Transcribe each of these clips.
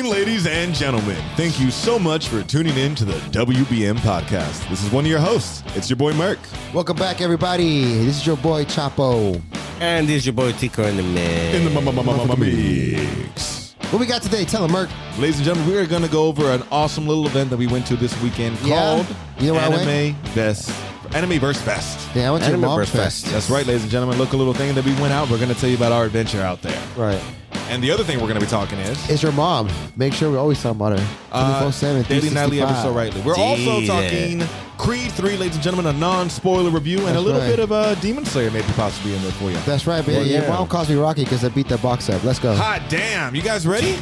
and gentlemen, thank you so much for tuning in to the WBM podcast. This is one of your hosts. It's your boy Merk. Welcome back, everybody. This is your boy Chapo. And this your boy Tico in the man. in the mu- mu- mu- mu- mu- mix. What we got today? Tell him, Merc. Ladies and gentlemen, we are going to go over an awesome little event that we went to this weekend Yeah. called You know where I went? Anime Fest. Anime Verse Fest. Yeah, I went to the Anime Mob Burst Fest. Fest. That's right, ladies and gentlemen. Look, a little thing that we went out. We're going to tell you about our adventure out there. Right. And the other thing we're going to be talking is It's your mom. Make sure we always talk about her. 24 7. Uh, Daily Nightly episode rightly. We're also Yeah. talking Creed 3, ladies and gentlemen, a non spoiler review and a That's little right. bit of uh, Demon Slayer maybe possibly in there for you. That's right, baby. Well, Your yeah. mom calls me Rocky because I beat that box up. Let's go. Hot damn. You guys ready?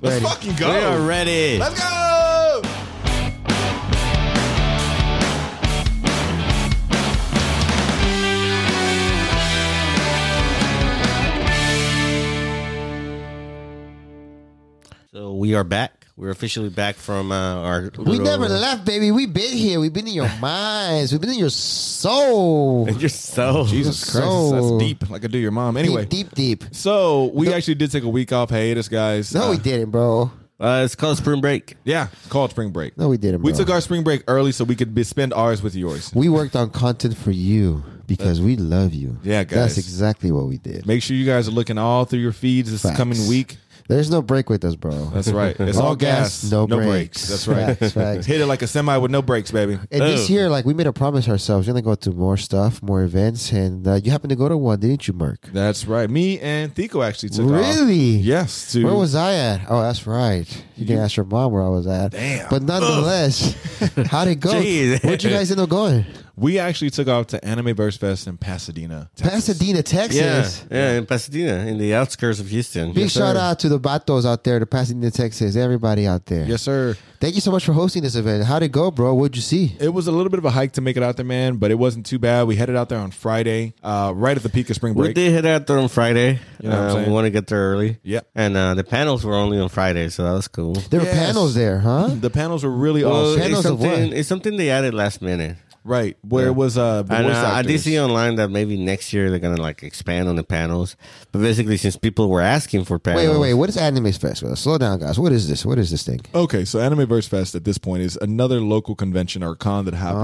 Let's Ready. fucking We are go. ready. Let's go. So we are back. We're officially back from uh, our. We little- never left, baby. We've been here. We've been in your minds. We've been in your soul. You're so. Jesus Christ. That's So- deep. Like I do your mom. Anyway. Deep, deep, deep. So we actually did take a week off hiatus, guys. No, Uh, we didn't, bro. Uh, it's called spring break. Yeah, call it spring break. No, we didn't, bro. We took our spring break early so we could be, spend ours with yours. We worked on content for you because we love you. Uh, Yeah, guys. That's exactly what we did. Make sure you guys are looking all through your feeds this Facts. coming week. There's no break with us, bro. That's right. It's all, gas, no, brakes. breaks. That's right. Facts, facts. Hit it like a semi with no brakes, baby. And this Oh. year, like we made a promise ourselves, we're gonna go to more stuff, more events, and uh, you happened to go to one, didn't you, Mark? That's right. Me and Thico actually took off. Really? Yes. To, Where was I at? Oh, that's right. You didn't ask your mom where I was at. Damn. But nonetheless, how'd it go? Jeez. Where'd you guys end up going? we actually took off to Anime Verse Fest in Pasadena, Texas. Pasadena, Yeah, Texas. yeah, in Pasadena, in the outskirts of Houston. Big Yes, sir. shout out to the Batos out there, the Pasadena, Texas, everybody out there. Yes, sir. Thank you so much for hosting this event. How'd it go, bro? What'd you see? It was a little bit of a hike to make it out there, man, but it wasn't too bad. We headed out there on Friday, uh, right at the peak of spring We break. did head out there on Friday. You know what I'm uh, saying? we want to get there early. Yeah. And uh, the panels were only on Friday, so that was cool. There were Yes. panels there, huh? The panels were really Well, awesome. panels it's, of what? something, it's something they added last minute. Right. Where it was uh, the And, voice uh, I did actors. see online that maybe next year they're gonna like expand on the panels. But basically, since people were asking for panels, Wait, wait, wait. What is Anime Festival? Slow down, guys. What is this? What is this thing? Okay, so Animeverse Fest at this point is another local convention or con that happens.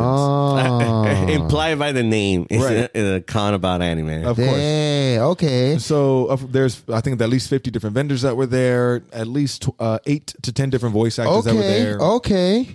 Oh, implied by the name, it's Uh-huh. Right. a, a con about anime. Of course. dang. Okay. So uh, there's, I think, at least 50 different vendors that were there, at least tw- uh, eight to 10 different voice actors that were Okay. there, Okay.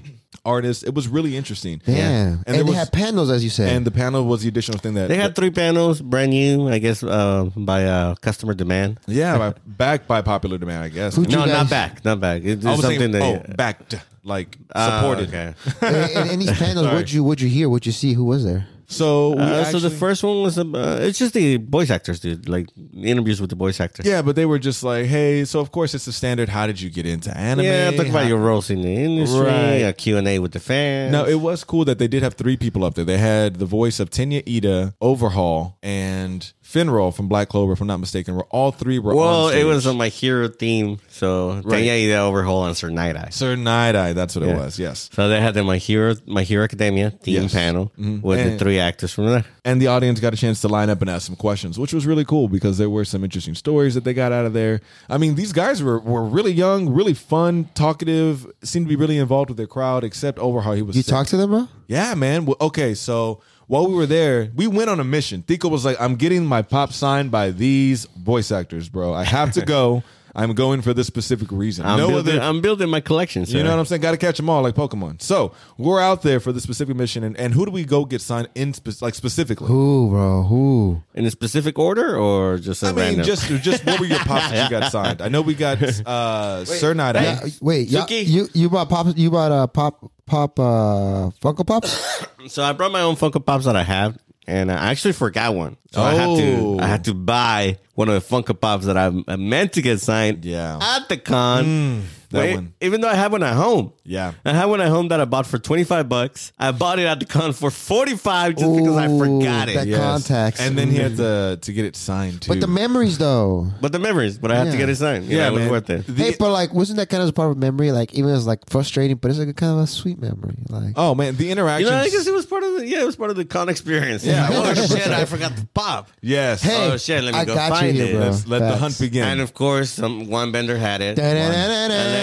artists. It was really interesting. Damn. And And, there they was- had panels, as you said. And the panel was the additional thing that They had three panels, brand new, I guess, uh, by uh, customer demand. yeah, by, backed by popular demand, I guess. Who- Would you No, guys- not back, not back. It- It's I was something saying, that oh, backed, like Ah, supported. okay. and, and- and these panels, what'd you what'd you hear? What'd you see? Who was there? So, we Uh, actually, so the first one was um, uh, it's just the voice actors, dude. Like interviews with the voice actors. yeah, but they were just like, hey, so of course it's the standard. How did you get into anime? yeah. Talk How- about your roles in the industry. Right. A Q and A with the fans. No, it was cool that they did have three people up there. They had the voice of Tenya Ida, Overhaul, and Finroll from Black Clover, if I'm not mistaken. Were all three were well, on stage. it was on my hero theme. So Right. Tanya Ida Overhaul and Sir Night Eye. Sir Night Eye. That's what it Yeah. was. Yes, So they had the my hero my hero academia theme Yes. Mm-hmm. panel with And- the three actors from there. and the audience got a chance to line up and ask some questions, which was really cool because there were some interesting stories that they got out of there. I mean, these guys were were really young, really fun, talkative, seemed to be really involved with their crowd. Except Overhaul, he was You sick. talked to them, bro? Yeah, man. Well, okay, so while we were there, we went on a mission. Thico was like, "I'm getting my pop signed by these voice actors, bro. I have to go. I'm going for this specific reason. I'm, no building, other." I'm building my collection. you know sir. what I'm saying? Got to catch them all like Pokemon. So we're out there for this specific mission, and, and who do we go get signed in spe- like specifically? Who, bro? Who? in a specific order or just a I mean, random? just just what were your pops that you got signed? I know we got uh, Sir Night Yeah, Eye. wait, y'all- Suki. you you bought pop you bought uh, pop pop uh Funko Pops? So I brought my own Funko Pops that I have, and I actually forgot one. So I had Oh. to I had to buy one of the Funko Pops that I I meant to get signed. Yeah. Mm, At the con, that Wait, one. Even though I have one at home. Yeah. I have one at home that I bought for twenty five bucks. I bought it at the con for forty five just because I Ooh, forgot it. that- Contacts. and then he had to to get it signed too. But the memories though. But the memories, but I have Yeah. to get it signed. You Yeah, know, it was man. worth it. The- hey, but like wasn't that kind of part of memory? Like even it's like frustrating, but it's like a kind of a sweet memory. Like oh man, the You interactions. know, I guess it was part of the yeah, it was part of the con experience. Yeah. oh shit, I forgot the pop. yes. Oh, Hey, oh, shit, let me I go got find you here, it. bro. Let's- Let the Facts. hunt begin. And of course, some one bender had it. Da-da-da-da-da.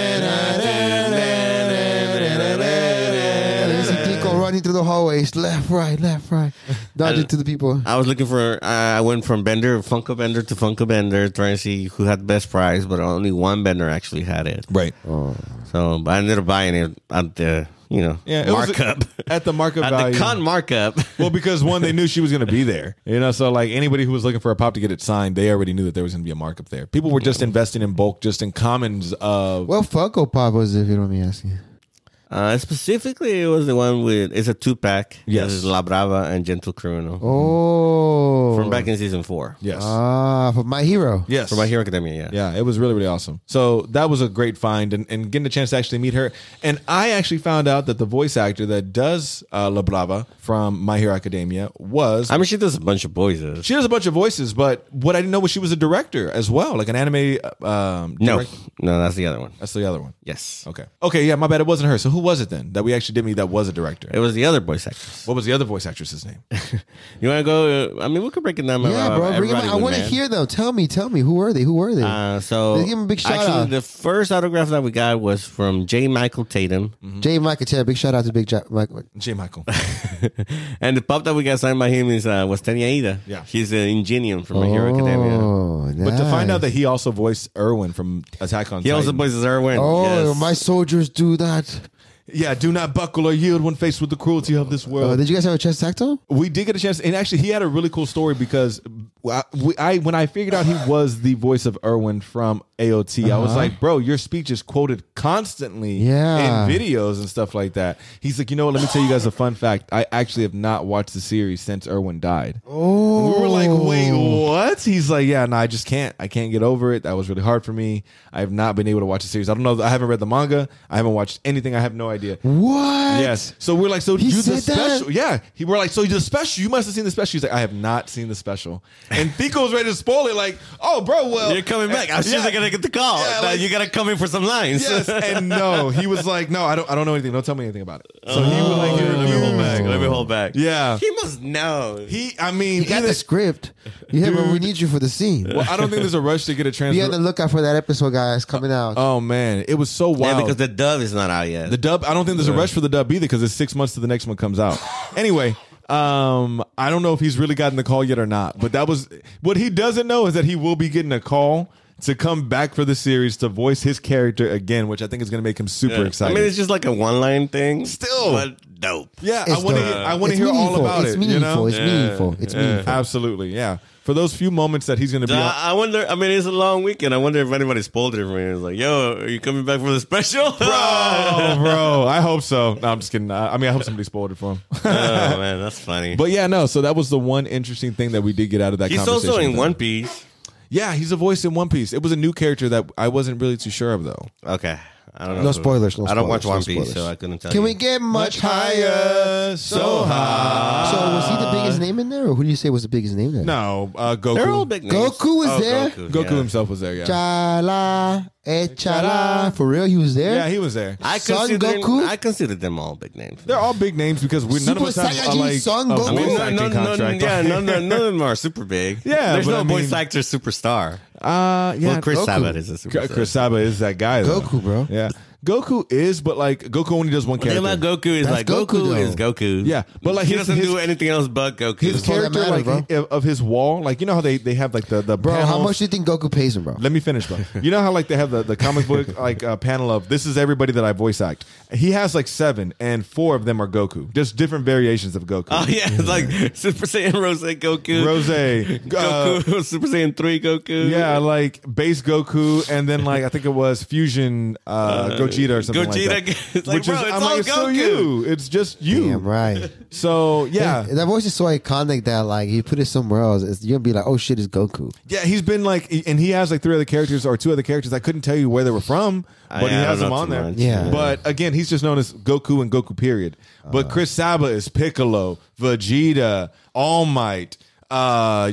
You see Pico running through the hallways, left, right, left, right, dodging to the people. I was looking for. I I went from Bender, Funko Bender to Funko Bender, trying to see who had the best prize, but only one Bender actually had it. Right. So but I ended up buying it at the you know Yeah, it was a- markup at the markup at value. the con markup. well, because one, they knew she was going to be there. You know, so like anybody who was looking for a pop to get it signed, they already knew that there was going to be a markup there. People were just investing in bulk, just in commons of. Well, Funko Pop was, if you don't mind me asking. Uh, specifically, it was the one with it's a two pack. Yes. This is La Brava and Gentle Criminal Oh. from back in season four. yes. Ah, from My Hero. yes. From Uh, My Hero Academia. Yeah. Yeah, it was really, really awesome. So that was a great find and, and getting a chance to actually meet her. And I actually found out that the voice actor that does uh, La Brava from My Hero Academia was. I mean, she does a bunch of voices. she does a bunch of voices, but what I didn't know was she was a director as well, like an anime. uh, Um, no, direct- no, that's the other one. That's the other one. Yes. Okay. Okay, yeah, my bad. It wasn't her. So who was it then that we actually did meet that was a director? It was the other voice actress. What was the other voice actress's name? You want to go? uh, I mean, we could break it down. Yeah, bro. Bring 'em on. I want to hear them. Tell me, tell me. Who were they? Who were they? Uh, so Let's give him a big shout actually, out. the first autograph that we got was from J. Michael Tatum, Jay Michael Taylor. Big shout out to Big Jack Michael. J. Michael. and the pop that we got signed by him is uh, was Tanya Ida. Yeah. he's the Ingenium from My Hero Academia. But to find out Oh, nice. that he also voiced Erwin from Attack on He Titan. also voices Erwin. Oh, yes. my soldiers do that. yeah, do not buckle or yield when faced with the cruelty of this Uh, world. did you guys have a chest tactile? we did get a chance, and actually, he had a really cool story because I, we- I when I figured out he was the voice of Erwin from AOT, I Uh-huh. was like, "Bro, your speech is quoted constantly, Yeah. in videos and stuff like that." He's like, "You know what? Let me tell you guys a fun fact. I actually have not watched the series since Erwin died." Oh, We were like, wait, what? He's like, yeah, no, I just can't. I can't get over it. That was really hard for me. I have not been able to watch the series. I don't know. I haven't read the manga. I haven't watched anything. I have no idea. What? Yes. So we're like, so He you the said that? special? Yeah. He we're like, so the special? You must have seen the special. He's like, I have not seen the special. And Pico's ready to spoil it. Like, oh, bro, well, You're coming back. I was Yeah. just gonna get the call. Yeah, that like- you gotta come in for some lines. Yes and no. He was like, no, I don't. I don't know anything. Don't tell me anything about it. Oh. So he was like, he let me refused. hold back. Let me hold back. Yeah. he must know. He, I mean, You got the either- script. You have. We Dude. need you for the scene. well, I don't think there's a rush to get a Be on the transfer. lookout for that episode, guys, coming out. Oh man, it was so yeah, wild. because the dove is not out yet. The dub, I don't think there's a rush for the dub either because it's six months to the next one comes out. anyway, um, I don't know if he's really gotten the call yet or not, but that was what he doesn't know is that he will be getting a call to come back for the series to voice his character again, which I think is going to make him super Yeah. excited. I mean, it's just like a one line thing. Still. but dope. yeah, I It's want to. dope. Hear, I want to It's hear all meaningful. about it's it. Meaningful. You know, It's meaningful. It's meaningful. absolutely, yeah. For those few moments that he's going to be, Uh, on, I wonder. I mean, it's a long weekend. I wonder if anybody spoiled it for me. It's like, yo, are you coming back for the special? oh, bro, I hope so. No, I'm just kidding. I, I mean, I hope somebody spoiled it for him. oh man, that's funny. but yeah, no. So that was the one interesting thing that we did get out of that. he's conversation also with in him. One Piece. Yeah, he's a voice in One Piece. It was a new character that I wasn't really too sure of though. Okay, I don't know. No who- spoilers, no I don't spoilers, watch One no Piece, so spoilers. I couldn't tell. Can you. we get much higher? so high. So was he the biggest name in there, or who do you say was the biggest name there? Uh, No, uh, Goku. They're all big. Names. Oh, Goku was there? Goku yeah. himself was there. Yeah, Chala, eh, chala. For real, he was there. yeah, he was there. I Son consider. Goku? I considered them all big names. They're all big names because we none of Super us have uh, Saiyajin like Son a Goku. I mean, voice no, acting no, no, no, contract. yeah, no, no, none of them are super big. Yeah, there's but no I voice mean- actor superstar. Uh, yeah, well, Chris Goku. Sabat is a superstar. Chris Saba is that guy. Though. Goku, bro. Yeah, Goku is, but like Goku only does one The thing character. about Goku is That's like Goku, Goku, though. is Goku. Yeah, but, like, he his- doesn't his- do anything else but Goku. his all that character, matters, like of his wall, like you know how they they have like the the Bro, how panels? much do you think Goku pays him, bro? Let me finish, bro. You know how like they have the, the comic book like uh, panel of this is everybody that I voice act. He has like seven, and four of them are Goku, just different variations of Goku. Oh yeah, it's like Super Saiyan Rose Goku, Rose, uh, Goku, Super Saiyan Three Goku. yeah, like base Goku, and then like I think it was fusion uh, Gogeta or something like Gogeta. that. It's like, bro, it's all it's so Goku. you. It's just you. Damn right. So yeah, That voice is so iconic that like you put it somewhere else, it's, you're gonna be like, oh shit, it's Goku. yeah, he's been like, and he has like three other characters or two other characters. I couldn't tell you where they were from, I- but he I don't has know them too on there. much. Yeah. But again, he's just known as Goku and Goku period. Uh. But Chris Saba is Piccolo, Vegeta, All Might, uh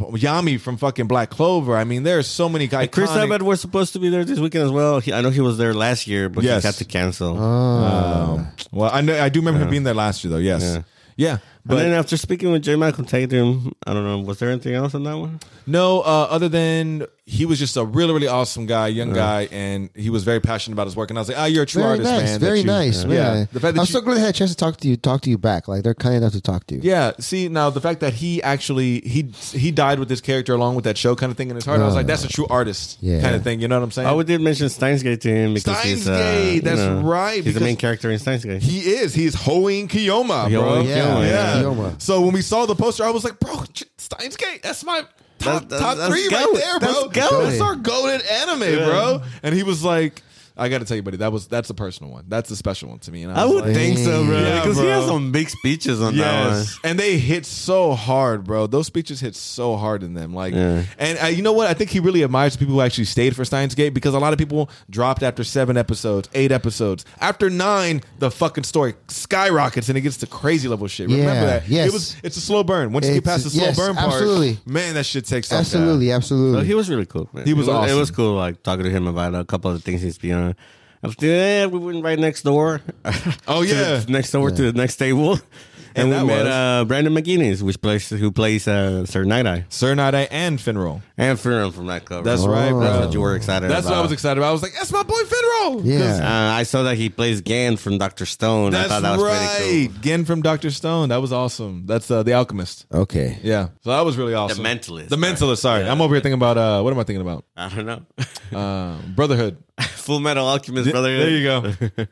Yami from fucking Black Clover. I mean, there are so many guys. Chris Sabat was supposed to be there this weekend as well. He, I know he was there last year, but Yes. he had to cancel. um, well, I know I do remember him being there last year though. Yes. Yeah. But- and then after speaking with J. Michael Tatum, I don't know, was there anything else on that one? No, uh, other than he was just a really, really awesome guy, young guy, and he was very passionate about his work. And I was like, ah, you're a true Very artist, nice, man. that very you- nice. Yeah. man. The fact that I'm you- so glad I had a chance to talk to you, talk to you back. Like they're kind enough to talk to you. Yeah. See, now the fact that he actually he he died with this character along with that show kind of thing in his heart, I was like, that's a true artist Yeah. kind of thing. You know what I'm saying? I would Oh, did mention Steins Gate to him because he's, uh, Steins Gate, you that's know, right, He's the main because- character in Steins Gate. he is. He's hoeing Kiyoma, bro. Hoeing Yeah, yeah. Kiyoma, yeah. Kiyoma. So when we saw the poster, I was like, bro, Ch- Steins Gate, that's my top, That- that- top that's three goat. right there, bro. That's goat. That's our golden anime, bro. And he was like, I got to tell you, buddy, that was that's a personal one. That's a special one to me. And I, I was would like, think so, bro. Yeah, Because he bro. has some big speeches on Yes, and they hit so hard, bro. Those speeches hit so hard in them. Like, Yeah. and uh, you know what? I think he really admires people who actually stayed for Steins Gate because a lot of people dropped after seven episodes, eight episodes. After nine, the fucking story skyrockets and it gets to crazy level shit. Remember Yeah, that? yes. it was. It's a slow burn. Once you get It's- past the slow yes, burn part, absolutely. man, that shit takes off. absolutely, absolutely. that one. He was really cool, man. He was it awesome. It was cool, like, talking to him about a couple of the things he's been on. After that, we went right next door. Oh, To the- yeah. next door to the next table. And And, that we met was- uh, Brandon McGuinness, which plays who plays uh, Sir Night Eye. Sir Nade and Finroll. And Furum from that cover. That's right, Oh. bro. That's what you were excited That's about. what I was excited about. I was like, that's my boy Finroll. 'Cause Yeah. Uh, I saw that he plays Gan from Doctor Stone. I That's thought that was pretty right. cool. Again from Dr. Stone. That was awesome. That's uh, The Alchemist. okay. Yeah. So that was really awesome. Mentalist. The Mentalist. Sorry, Yeah. I'm over here thinking about uh, what am I thinking about? I don't know. Uh, Brotherhood. Full Metal Alchemist, brother. There you go.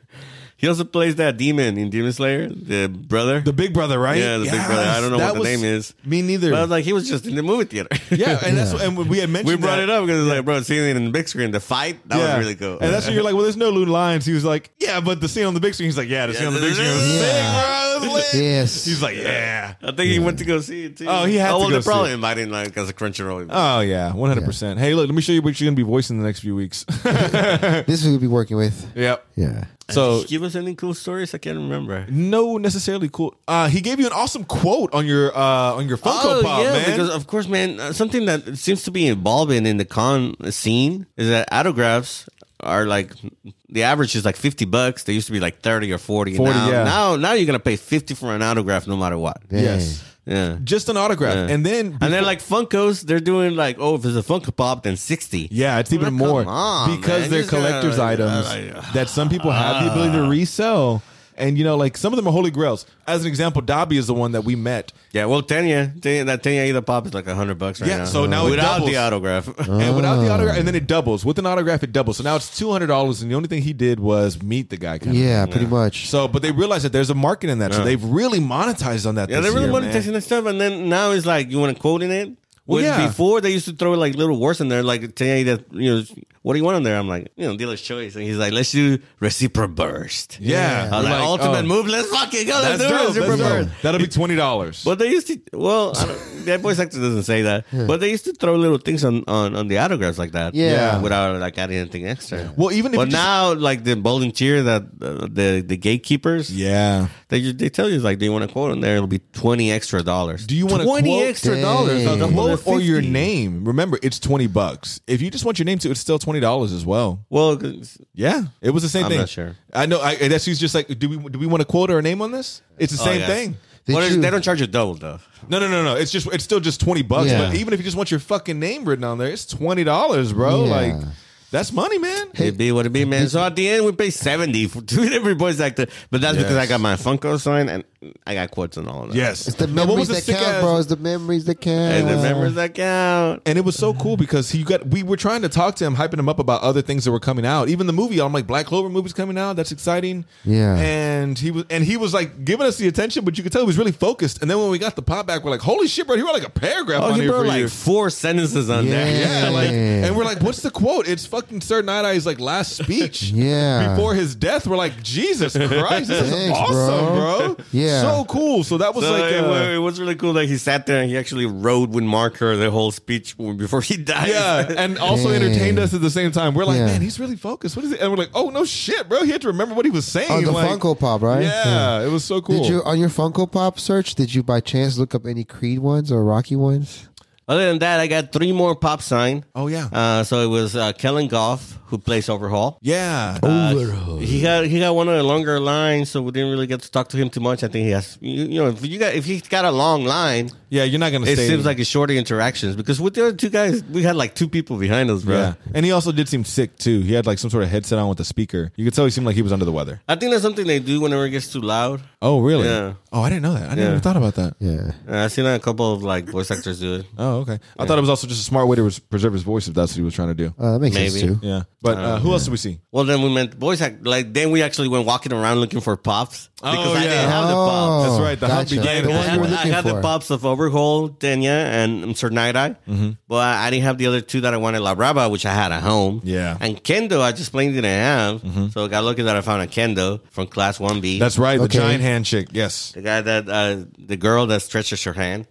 He also plays that demon in Demon Slayer, the brother. The Big Brother, right? Yeah, the Big Brother. I don't know that what the was- name is. Me neither. but I was like, he was just in the movie theater. yeah, and that's and we had mentioned we brought that. it up because like, bro, seeing it in the big screen, the fight that was really cool. And that's when yeah, you're like, well, there's no loon lines. He was like, yeah, but the scene on the big screen. He's like, yeah, the scene on the big screen was Yeah. sick, bro. It was lit. Yes. He's like, yeah. I think he went to go see it too. Oh, he had to well, go they probably see it. invited him like as a Crunchyroll. Oh yeah, 100. percent Hey, look, let me show you what you're gonna be voicing the next few weeks. this is who we'll be working with. yep. Yeah. So Did he give us any cool stories? I can't remember. no necessarily cool. Uh, he gave you an awesome quote on your uh, on your Funko Pop, man. Oh, because of course, man, uh, something that seems to be evolving in the con scene is that autographs are like the average is like 50 bucks. They used to be like 30 or 40. 40, now, yeah. now, now you're going to pay 50 for an autograph no matter what. Dang. Yes. Yeah. just an autograph, Yeah. and then And then like Funkos, they're doing like, oh, if it's a Funko Pop, then 60. Yeah, it's even Come more on, because man. they're Just gotta- collector's items uh, like, ah. that some people have the ability to resell. And you know, like some of them are holy grails. As an example, Dobby is the one that we met, Yeah, well, Tenya, Tenya that Tenya either pop is like 100 bucks right Yeah, now. so now it without doubles. the autograph. and without the autograph, and then it doubles with an autograph, it doubles. So now it's two hundred dollars, and the only thing he did was meet the guy. Kind Yeah, pretty much. So, but they realized that there's a market in that, so they've really monetized on that. Yeah, this they're really year, man. monetizing that stuff, and then now it's like you want to quote in it. Well, When yeah. Before they used to throw like little words in there, like tell you that you know what do you want in there. I'm like, you know, dealer's choice, and he's like, let's do recipro burst. Yeah, I was We're like, ultimate oh, move. Let's fucking go. Let's That's dope. do That's recipro dope. burst. That'll be twenty dollars. But they used to. Well, I don't, that voice actor doesn't say that. But they used to throw little things on on, on the autographs like that. Yeah. Yeah. Without like adding anything extra. Well, even if But you just- now, like the volunteer that uh, the the gatekeepers, Yeah, they ju- they tell you like they want a quote on there. It'll be twenty extra dollars. Do you want a twenty quote? extra Dang. dollars? on the Quote Or- whole or your 50? name. Remember, it's twenty bucks. If you just want your name to, it's still twenty dollars as well. Well, 'cause- Yeah, it was the same I'm thing. not sure. I know. I, that's who's just like, do we do we want to quote or a name on this? It's the oh, same yeah. thing. Did What is- you- they don't charge you double though. No, no, no, no. It's just it's still just twenty bucks. Yeah. But even if you just want your fucking name written on there, it's twenty dollars, bro. Yeah. Like that's money, man. It be what it be, man. So at the end, we pay seventy for two every voice actor, but that's because Yes. I got my Funko sign and I got quotes on all of them. Yes, it's the Now, memories that sick count, ass- bro. It's the memories that count. and the members that count. And it was so cool because he got. We were trying to talk to him, hyping him up about other things that were coming out. Even the movie, I'm like, Black Clover movie's coming out. That's exciting. Yeah. And he was, and he was like giving us the attention, but you could tell he was really focused. And then when we got the pop back, we're like, holy shit, bro! He wrote like a paragraph Oh, on he here wrote for like you. four sentences on there. Yeah, like, Yeah. and we're like, what's the quote? It's fucking Sir Night Eye's like last speech. Yeah. Before his death, we're like, Jesus Christ, this is Thanks, awesome, bro. bro. Yeah. So cool. So that was So like, it, uh, wa- it was really cool that he sat there and he actually wrote with marker the whole speech before he died. yeah, and also Dang. entertained us at the same time. We're like, Yeah. man, he's really focused. What is it? And we're like, oh no, shit, bro. He had to remember what he was saying. On Oh, the like, Funko Pop, right? Yeah, it was so cool. Did you on your Funko Pop search? Did you by chance look up any Creed ones or Rocky ones? Other than that, I got three more pop sign. Oh, yeah. Uh, so it was uh, Kellen Goff who plays Overhaul. yeah. Uh, He got he got one of the longer lines, so we didn't really get to talk to him too much. I think he has you, you know if you got if he's got a long line, yeah, you're not going to it say seems like it's shorter interactions because with the other two guys, we had like two people behind us, bro. Yeah. And he also did seem sick too. He had like some sort of headset on with a speaker. You could tell he seemed like he was under the weather. I think that's something they do whenever it gets too loud. Oh, really? Yeah. Oh, I didn't know that. I never Yeah. thought about that. Yeah. Uh, I've seen a couple of like voice actors do it. Oh, okay. I thought it was also just a smart way to res- preserve his voice if that's what he was trying to do. Uh, that makes sense Maybe. too. Yeah. But uh, who else did we see? Well, then we meant voice act. Like then we actually went walking around looking for pops because Oh, I yeah. didn't have the pops. That's right, the Humpty gotcha. Gang. Oh. The I one had, you were I looking had for. the pops of Overhaul, Denya, and Mr. Night Eye, Mm-hmm. but I didn't have the other two that I wanted, La Brava, which I had at home. Yeah. And Kendo, I just plain didn't have. Mm-hmm. So I got lucky that I found a Kendo from Class 1B. That's right. The Okay. giant handshake. Yes. the guy that, uh, the girl that stretches her hand.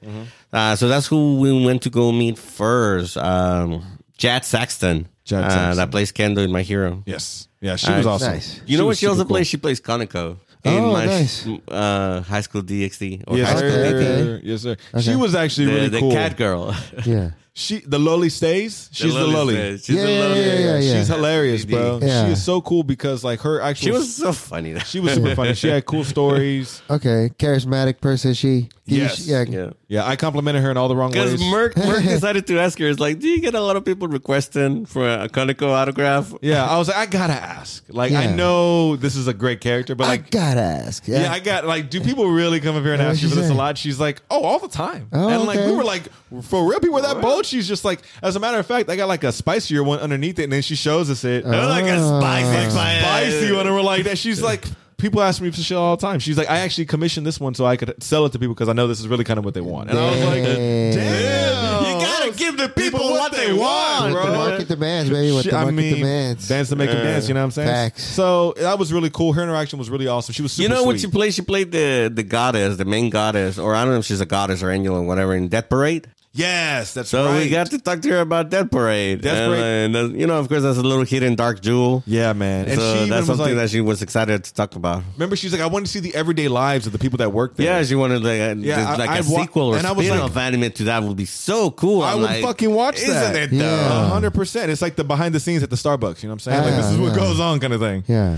Uh, so that's who we went to go meet first. Um, Jad Saxton. Jad uh, Saxton. That plays Kendo in My Hero. Yes. Yeah. She All was right. awesome. Nice. You She know what was she also super cool. plays? She plays Kaneko in Oh, my nice. uh, high school DxD or Yes, high school sir. Okay. DxD. Yes, sir. She was actually The, really the cool. cat girl. Yeah. She the lolly stays. She's the lolly lolly. says. She's Yeah, the yeah, lolly. yeah, yeah, yeah. She's hilarious, bro. Yeah. She is so cool because like her actual She was so funny. she was super funny. She had cool stories. Okay. Charismatic person. She. you- Yes. Yeah. yeah. Yeah, I complimented her in all the wrong Because ways. Merck, Merck decided to ask her, it's like, do you get a lot of people requesting for a Conoco autograph? yeah, I was like, I gotta ask. Like, I Yeah. know this is a great character, but I like, gotta ask. Yeah. yeah, I got like, do people really come up here and Yeah, ask you what'd for she this a say? lot? She's like, oh, all the time. Oh, and like, okay. we were like, for real, people were that bold. She's just like, as a matter of fact, I got like a spicier one underneath it, and then she shows us Oh. it. They're like a spicy, Ah. spicy one, and we're like that. She's like. People ask me for shit all the time. She's like, I actually commissioned this one so I could sell it to people because I know this is really kind of what they want. And I was like, Damn. damn. You gotta give the Oh, people what they want, What the bro. market demands, baby. What Shit, the I market mean, demands. Dance to make them dance, you know what I'm saying? Facts. So that was really cool. Her interaction was really awesome. She was super You know what sweet. she played? She played the, the goddess, the main goddess, or I don't know if she's a goddess or angel or whatever in Death Parade. Yes, that's So right. we got to talk to her about Death Parade. Death And, Parade. uh, And, that's- you know, of course, that's a little hidden dark jewel. Yeah, man. And so she even that's was something like, that she was excited to talk about. remember she's like, I want to see the everyday lives of the people that work there. Yeah, she wanted like a, Yeah, I- like a I'd wa- sequel or and I was spin-off like- anime to that would be so cool. I I'm would like, fucking watch Isn't that. it Yeah. though? A hundred percent. It's like the behind the scenes at the Starbucks. You know what I'm saying? like Yeah, this is what yeah. goes on, kind of thing. yeah.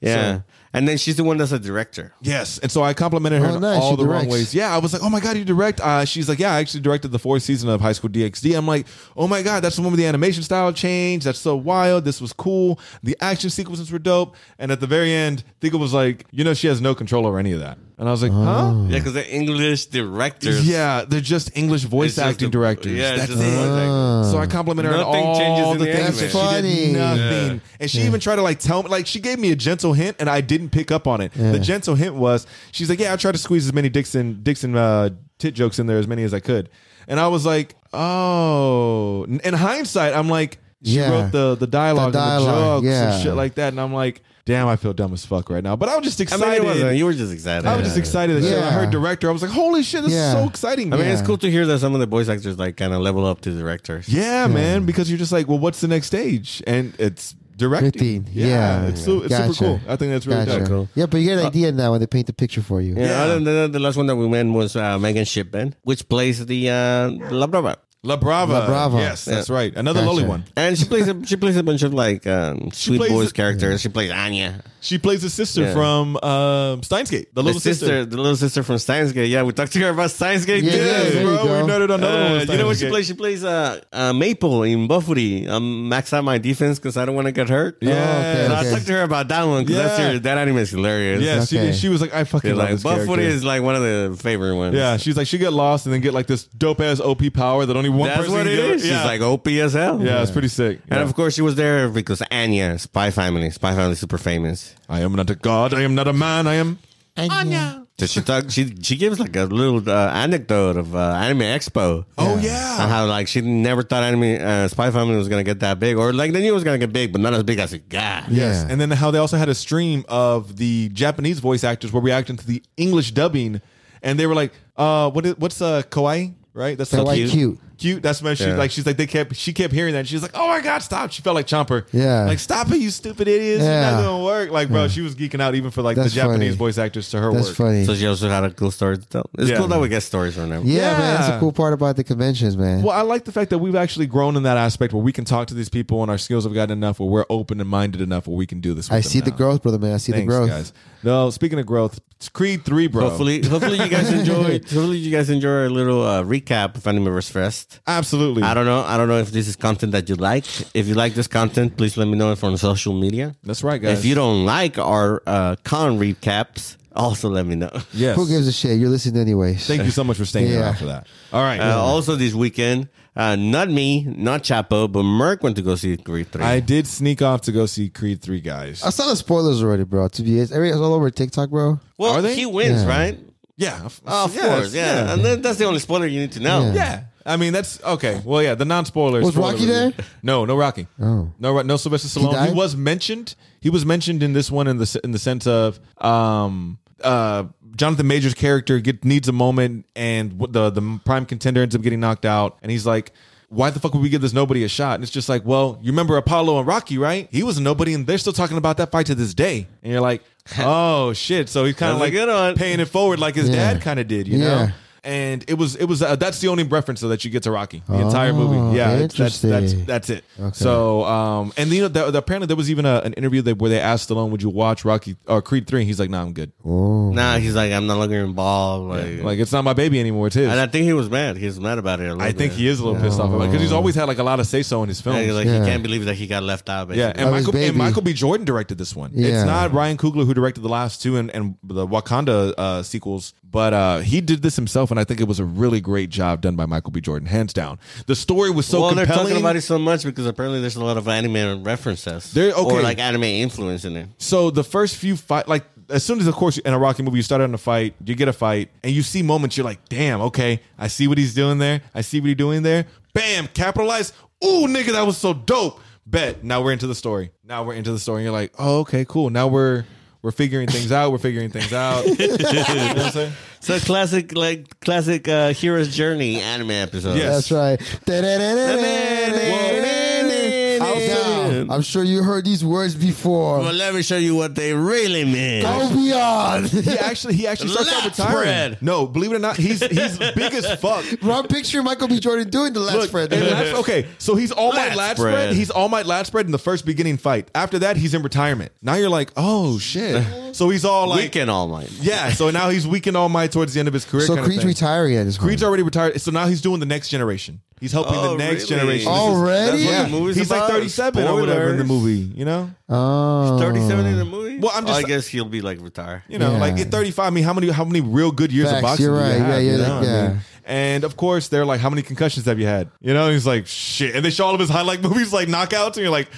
Yeah. So- and then she's the one that's a director. Yes, and so I complimented her Oh, in nice. all She the wrong directs. ways. Yeah, I was like, "Oh my god, you direct?" Uh, she's like, "Yeah, I actually directed the fourth season of High School DxD." I'm like, "Oh my god, that's the one with the animation style change. That's so wild. This was cool. The action sequences were dope." And at the very end, Thika was like, "You know, she has no control over any of that." And I was like, Oh. "Huh?" Yeah, because the English directors. Yeah, they're just English voice It's just acting a- directors. Yeah, it's that's just a voice it. actor. So I complimented her on Nothing all changes in the the things that anime. she did. Funny. Nothing. And she even tried to like tell me, like she gave me a gentle hint, and I didn't pick up on it. The gentle hint was, she's like, "Yeah, I tried to squeeze as many Dixon Dixon uh, tit jokes in there as many as I could," and I was like, "Oh." In hindsight, I'm like, she Yeah. wrote the the dialogue, The and dialogue, the jokes yeah. and shit like that, and I'm like, "Damn, I feel dumb as fuck right now." But I was just I excited. mean, it wasn't. You were just excited. I was just excited that shit. I Yeah. heard director. I was like, "Holy shit, this is Yeah. so exciting!" I mean, man. it's cool to hear that some of the voice actors like kind of level up to directors. Yeah, man, because you're just like, well, what's the next stage? And it's directing. Fifteen. Yeah. it's, su- it's Gotcha. super cool. I think that's really Gotcha. dope. cool. Yeah, but you get an idea now when they paint the picture for you. Yeah, Uh, Yeah. Other than that, the last one that we went was uh, Megan Shipman, which plays the uh, La Brava, La Brava. La Brava. Yes, that's right. Another Gotcha. lolly one. and she plays a, she plays a bunch of like um, sweet plays boys the- characters. She plays Anya, She plays the sister Yeah. from um, Steins Gate, the the little sister, the little sister from Steins Gate. Yeah, we talked to her about Steins Gate. Yeah, too. Yes, there you bro. go. We noted another one. Uh, with you know what Steins she Gate. plays? She plays uh, uh, Maple in Buffy. Um, max out my defense because I don't want to get hurt. Yes. And I Oh, Okay. talked to her about that one because that's Yeah. her, that anime is hilarious. Yes, she- Okay. she, was like, I fucking Yeah, love like this Buffy character. is like one of the favorite ones. yeah, she's like she get lost and then get like this dope ass OP power that only one that's person what can it get. is. Yeah. She's like OP as hell. yeah, it's pretty sick. And Yeah. of course, she was there because Anya, Spy Family, Spy Family, super famous. I am not a god. I am not a man. I am. So she talk, she she gives like a little uh, anecdote of uh, Anime Expo. Oh And yeah. how like she never thought anime uh, Spy Family was gonna get that big, or like they knew it was gonna get big, but not as big as it got. Yes. Yeah. And then how they also had a stream of the Japanese voice actors were reacting to the English dubbing, and they were like, uh, what is, what's uh, kawaii, right? That's Kawaii like cute. cute. That's when she Yeah. like she's like they kept she kept hearing that. And she was like, oh my god, stop! She felt like Chomper. Yeah. like stop it, you stupid idiots! It's Yeah. not gonna work. Like bro, she was geeking out even for like That's the Japanese funny. voice actors to her That's work. funny. So she also had a cool story to tell. It's Yeah. cool that we get stories from them. yeah, man, that's Yeah. the cool part about the conventions, man. Well, I like the fact that we've actually grown in that aspect where we can talk to these people and our skills have gotten enough where we're open and minded enough where we can do this. With I them see the now. growth, brother man. I see the Thanks, growth. guys. No, speaking of growth, it's Creed Three, bro. Hopefully, hopefully you guys enjoyed. Hopefully you guys enjoy our little uh, recap of Animeverse Fest. absolutely. I don't know. I don't know if this is content that you like. If you like this content, please let me know it on social media. That's right, guys. If you don't like our uh, con recaps, also let me know. yes. Who gives a shit? You're listening anyways. Thank you so much for staying Yeah. around for that. All right. Uh, also, this weekend, uh, not me, not Chapo, but Merck went to go see Creed 3. I did sneak off to go see Creed Three, guys. Uh, I saw the spoilers already, bro. To be honest, every it's all over TikTok, bro. well, Are they? he wins, Yeah. right? yeah, of, of course, yeah. And then that's the only spoiler you need to know. yeah, yeah. I mean, that's okay. Well, yeah, the non spoilers. Was Rocky there? No, no Rocky. Oh. no, Ro- no Sylvester Stallone. He, died? was mentioned. He was mentioned in this one in the s- in the sense of um uh Jonathan Major's character get, needs a moment, and what the the prime contender ends up getting knocked out, and he's like. Why the fuck would we give this nobody a shot? And it's just like, well, you remember Apollo and Rocky, right? He was a nobody, and they're still talking about that fight to this day. And you're like, oh shit! So he's kind That's of a like good one. paying it forward, like his Yeah. dad kind of did, you know. Yeah. And it was it was uh, that's the only reference though, that you get to Rocky the entire Oh, movie. Yeah, it's- that's that's interesting. that's it. So, um, and you know, the, the- apparently there was even a, an interview that, where they asked Stallone, "Would you watch Rocky or Creed 3? He's like, "No, I'm good. Oh, Nah, he's like, I'm no longer involved. Like, Like, it's not my baby anymore. It's his." and I think he was mad. He was mad about it. a little I think bit. he is a little pissed off about it because Oh. he's always had like a lot of say so in his films. Yeah, Yeah, like Yeah. he can't believe that he got left out. Basically. and Of his Michael and baby. Michael B. Jordan directed this one. It's Yeah. not Ryan Coogler who directed the last two and, and the Wakanda uh, sequels, but uh, he did this himself, and I think it was a really great job done by Michael B. Jordan, hands down. The story was so well, they're compelling. talking about it so much because apparently there's a lot of anime references. There- okay. Or like anime influence in it. So the first few fight, like as soon as of course in a Rocky movie you start on a fight, you get a fight, and you see moments you're like, damn, okay, I see what he's doing there, I see what he's doing there. Bam, capitalize. Ooh, nigga, that was so dope. Bet. Now we're into the story. Now we're into the story. And you're like, oh, okay, cool. Now we're we're figuring things out. We're figuring things out. You know what I'm saying? So classic, like classic uh, hero's journey anime episode. Yes. that's right. Well- Now, I'm sure you heard these words Well, before. let me show you what they really mean. Go beyond. He actually he actually starts out Let's retiring. spread. No, believe it or not, he's he's big as fuck. Bro, I'm picturing Michael B. Jordan doing the last Look, friend. and Lats- okay, so he's all my Lats lad spread. spread. He's all my lad spread in the first beginning fight. After that, he's in retirement. Now you're like, oh shit. So he's all like, Weekend all night. yeah. So now he's weaking all my towards the end of his career. so kind of Creed's thing. retiring at this point. Creed's already retired. So now he's doing the next generation. He's helping Oh, the next really? generation. This is- Already? yeah, the movie's he's like about. 37 or whatever in the Spoilers. movie. You know, oh. 37 in the movie. Well, I'm Oh, I just- guess he'll be like retire. You know, Yeah. like at 35, I mean, how many how many real good years of Facts, boxing you're do you right. have? Yeah, yeah, you know like, what I yeah. mean? And of course, they're like, how many concussions have you had? You know, and he's like, shit. And they show all of his highlight movies, like knockouts, and you're like,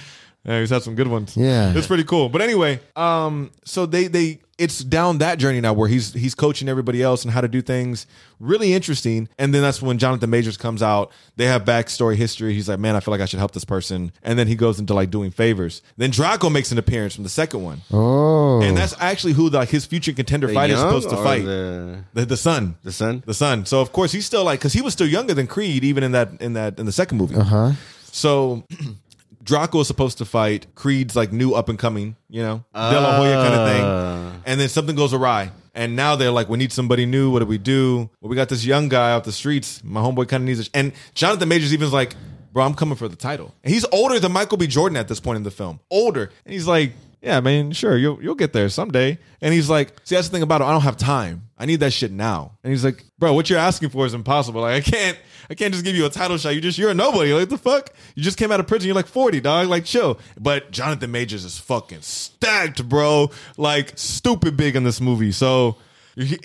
yeah, he's had some good ones. Yeah. it's pretty cool. But anyway, um, so they they it's down that journey now where he's he's coaching everybody else and how to do things really interesting. And then that's when Jonathan Majors comes out. They have backstory history. He's like, man, I feel like I should help this person. And then he goes into like doing favors. Then Draco makes an appearance from the second one Oh. and that's actually who like his future contender The fighter is young supposed to or fight the, The, the, son the son? the son so of course he's still like because he was still younger than creed even in that in that in the second movie huh? so draco is supposed to fight creed's like new up and coming you know de la hoya kind Ah. of thing Uh. and then something goes awry and now they're like we need somebody new what do we do well we got this young guy off the streets my homeboy kind of needs it and jonathan majors even's like bro i'm coming for the title and he's older than michael b jordan at this point in the film older and he's like yeah, man, sure, you'll you'll get there someday. And he's like, see, that's the thing about it. I don't have time. I need that shit now. And he's like, bro, what you're asking for is impossible. Like, I can't, I can't just give you a title shot. You just, you're a nobody. Like, the fuck? You just came out of prison. You're like 40, dog. Like, chill. But Jonathan Majors is fucking stacked, bro. Like, stupid big in this movie. So,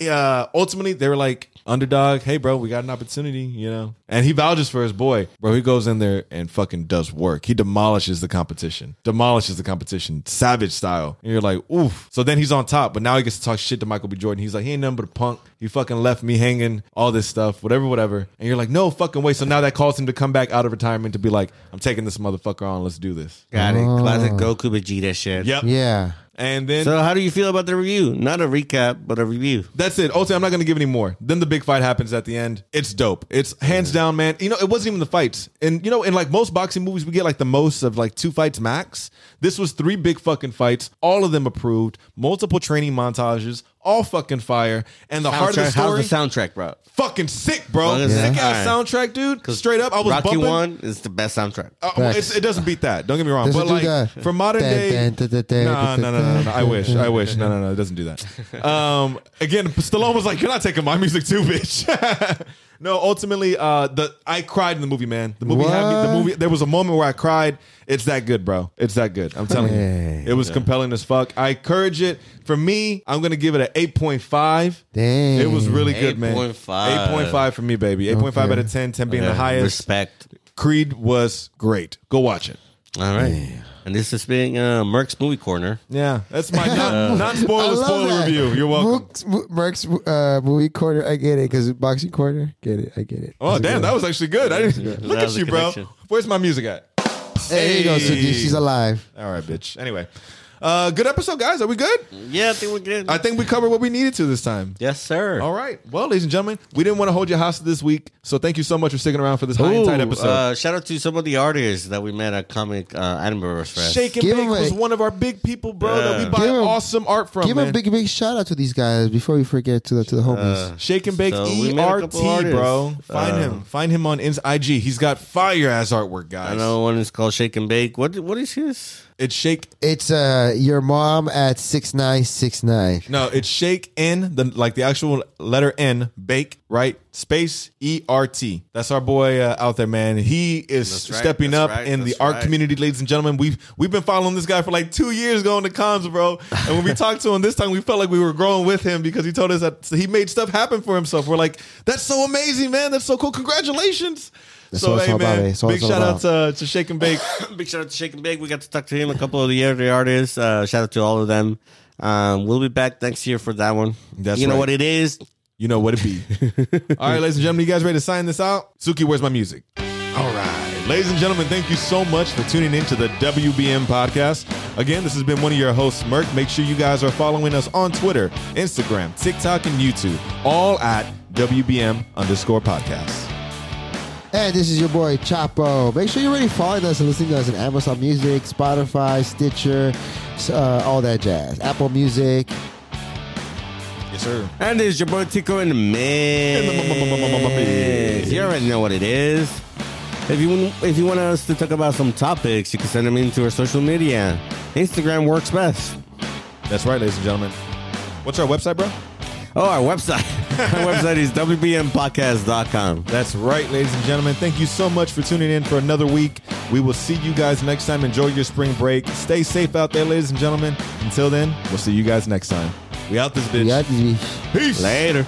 uh, ultimately, they were like, underdog, hey, bro, we got an opportunity, you know? And he vouches for his boy. Bro, he goes in there and fucking does work. He demolishes the competition, demolishes the competition, savage style. And you're like, oof. So then he's on top, but now he gets to talk shit to Michael B. Jordan. He's like, he ain't nothing but a punk. He fucking left me hanging, all this stuff, whatever, whatever. And you're like, no fucking way. So now that calls him to come back out of retirement to be like, I'm taking this motherfucker on. Let's do this. Got it. Classic Oh. Goku Vegeta shit. Yep. Yeah. And then So how do you feel about the review? Not a recap, but a review. That's it. Ultimately, I'm not going to give any more. Then the big fight happens at the end. It's dope. It's hands down, man. You know, it wasn't even the fights. And you know, in like most boxing movies, we get like the most of like two fights max. This was three big fucking fights. All of them approved. Multiple training montages. All fucking fire. And the heart of the Soundtrack- story, How's the soundtrack, bro? fucking sick, bro. Yeah. Sick ass Alright. soundtrack, dude. Straight up, I was Rocky bumping. One is the best soundtrack. Uh, well, it's, it doesn't beat that. Don't get me wrong. Does it but do like that? for modern Dun, day, dun, dun, dun, dun, no, dun, no, no, dun, no, no. I wish, I wish. No, no, no. It doesn't do that. Um, again, Stallone was like, "You're not taking my music too, bitch." no, ultimately, uh, the I cried in the movie, man. The movie had me. The What? movie. There was a moment where I cried. It's that good, bro. It's that good. I'm telling Hey. you, it was compelling as fuck. I encourage it. For me, I'm gonna give it an 8.5. Dang. It was really good, man. 8.5. 8.5 for me, baby. 8.5 out Okay. of 10. 10 being the Yeah. highest. Respect. Creed was great. Go watch it. All right. And this has been uh, Merck's Movie Corner. Yeah, that's my non, I spoiler love spoiler that. review. You're welcome. Merck's, Merck's uh, movie corner. I get it because boxing corner. Get it. I get it. Oh damn, that was actually good. I didn't, look That at was a you, bro. connection. Where's my music at? There you go. So she's alive. All right, bitch. Anyway, uh, good episode, guys. Are we good? Yeah, I think we're good. I think we covered what we needed to this time. yes, sir. All right. Well, ladies and gentlemen, we didn't want to hold your hostage this week, so thank you so much for sticking around for this high and tight Ooh, episode. Uh, shout out to some of the artists that we met at Comic uh, Animaverse Fest. Shake and Give Bake him a- was one of our big people, bro. That we Yeah. buy Give him- awesome art from. Give man. a big, big shout out to these guys before we forget to the to the homies. Shake and Bake So we E made a R couple T, bro. Uh, artists. Find him. Find him on Ins- IG. He's got fire ass artwork, guys. I know one is called Shake and Bake. What what is his? It's Shake it's uh your mom at six nine six nine. No, it's shake n the like the actual letter n bake right space e r t. That's our boy uh, out there, man. He is That's right, stepping up that's right, in the that's art right. community, ladies and gentlemen. We've we've been following this guy for like two years going to comms, bro. And when we talked to him this time, we felt like we were growing with him because he told us that he made stuff happen for himself. We're like, that's so amazing, man. That's so cool. Congratulations. That's so what it's hey, all about, man, eh? That's what big it's all shout out to, to Shake and Bake. Big shout out to Shake and Bake. We got to talk to him a couple of the other artists. Uh, shout out to all of them. Um, we'll be back next year for that one. That's you know right. what it is. You know what it be. All right, ladies and gentlemen, you guys ready to sign this out? Suki, where's my music? All right. Ladies and gentlemen, thank you so much for tuning in to the WBM podcast. Again, this has been one of your hosts, Merck. Make sure you guys are following us on Twitter, Instagram, TikTok, and YouTube, all at WBM underscore podcast. And this is your boy Chapo. Make sure you're already following us and listening to us on Amazon Music, Spotify, Stitcher, uh, all that jazz. Apple Music. Yes, sir. And there's your boy Tico in the mix. You already know what it is. If you want, if you want us to talk about some topics, you can send them into our social media. Instagram works best. That's right, ladies and gentlemen. What's our website, bro? Oh, our website. our website is wbmpodcast.com. That's right, ladies and gentlemen. Thank you so much for tuning in for another week. We will see you guys next time. Enjoy your spring break. Stay safe out there, ladies and gentlemen. Until then, we'll see you guys next time. We out this bitch. We got these. Peace. Later.